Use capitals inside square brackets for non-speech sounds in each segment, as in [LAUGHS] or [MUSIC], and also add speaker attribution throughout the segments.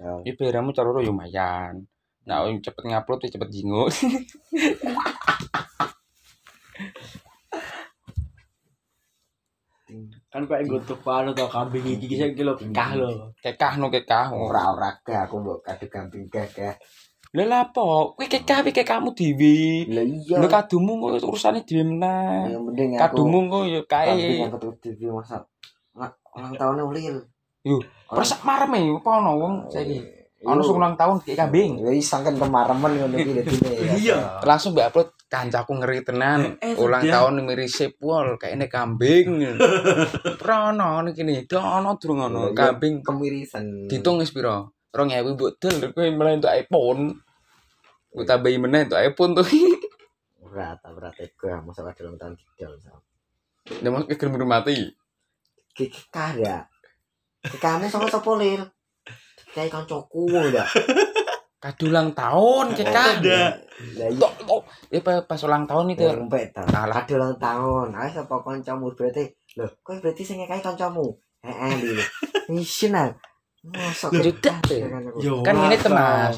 Speaker 1: Nah,
Speaker 2: Ini bayarmu caroro yo lumayan. Nah, yang cepet ngupload wis cepet jingo.
Speaker 3: kan kok nggo tuku to kambing iki iki sing kilo kah lho.
Speaker 2: Hmm. Kekah no kekah ora.
Speaker 1: ora ora ke aku mbok kadu gamping ke ke.
Speaker 2: Lha lha apa? Kuwi kekah iki kekahmu dhewe.
Speaker 1: Lah iya.
Speaker 2: Lha kadumu kok urusane dhewe meneh.
Speaker 1: Yang penting Hmm, aku.
Speaker 2: kan Kadumu kok yo
Speaker 1: Tapi
Speaker 2: kae.
Speaker 1: yang ketemu TV masa Nah, ulang tahunnya ulil.
Speaker 2: Yuh, Persak marem e opo ono
Speaker 1: Hmm.
Speaker 2: wong saiki. Ono sing ulang tahun kek kambing.
Speaker 1: Ya isang kan kemareman ngono iki ya. dadine.
Speaker 3: Iya.
Speaker 2: Langsung mbak upload kancaku ngeri tenan.
Speaker 3: Eh, eh,
Speaker 2: Ulang
Speaker 3: sedang.
Speaker 2: tahun mirisip wol kayaknya
Speaker 3: [LAUGHS]
Speaker 2: kambing. Ora ono ngene kene. Do ono durung ono
Speaker 1: Iya. Hmm.
Speaker 2: kambing.
Speaker 1: Kemirisan.
Speaker 2: Ditung wis pira? 2000 mbok del kowe malah entuk iPhone. Ku tambahi meneh entuk iPhone tuh. [LAUGHS]
Speaker 1: Berat, berat ego masa ada ulang tahun didol. Sam.
Speaker 2: Ya mesti gelem mati.
Speaker 1: Ki- Kekah ya. Kekahmu sama sapa lil? Kayak kancaku ya.
Speaker 2: Kadulang tahun kita.
Speaker 3: Ada.
Speaker 1: Lah iya.
Speaker 2: Tok tok. Ya pa- pas ulang tahun Oh, itu.
Speaker 1: Dompet ta.
Speaker 2: Alah.
Speaker 1: Ada ulang tahun. Ayo sapa kancamu berarti. Loh, kowe berarti sing ngekahi kancamu. Heeh, [LAUGHS] Lil. Isin ah. Mosok
Speaker 2: Loh, [LAUGHS]
Speaker 1: kekah
Speaker 2: tidak, Lil.
Speaker 1: dengan aku.
Speaker 3: Yo,
Speaker 2: Kan
Speaker 3: ora
Speaker 2: ngene
Speaker 3: tau.
Speaker 2: tenan.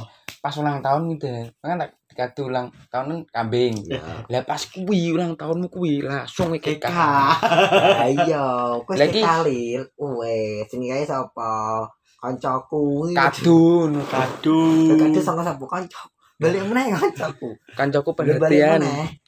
Speaker 2: Pas ulang tahun gitu. Kan kadulang tahun kambing.
Speaker 1: Ya.
Speaker 2: Lah pas kuwi ulang tahunmu kuwi langsung iki
Speaker 3: Kekah.
Speaker 1: Lah iya, kowe sing
Speaker 2: Lagi-
Speaker 1: kalil. Kuwe sing ngekahi sapa? Kancaku.
Speaker 2: kadun
Speaker 3: Aduh.
Speaker 1: Kadu sama sapa kancaku. Balik meneh kancaku.
Speaker 2: kancaku
Speaker 1: Balik
Speaker 2: perhatian
Speaker 1: meneh.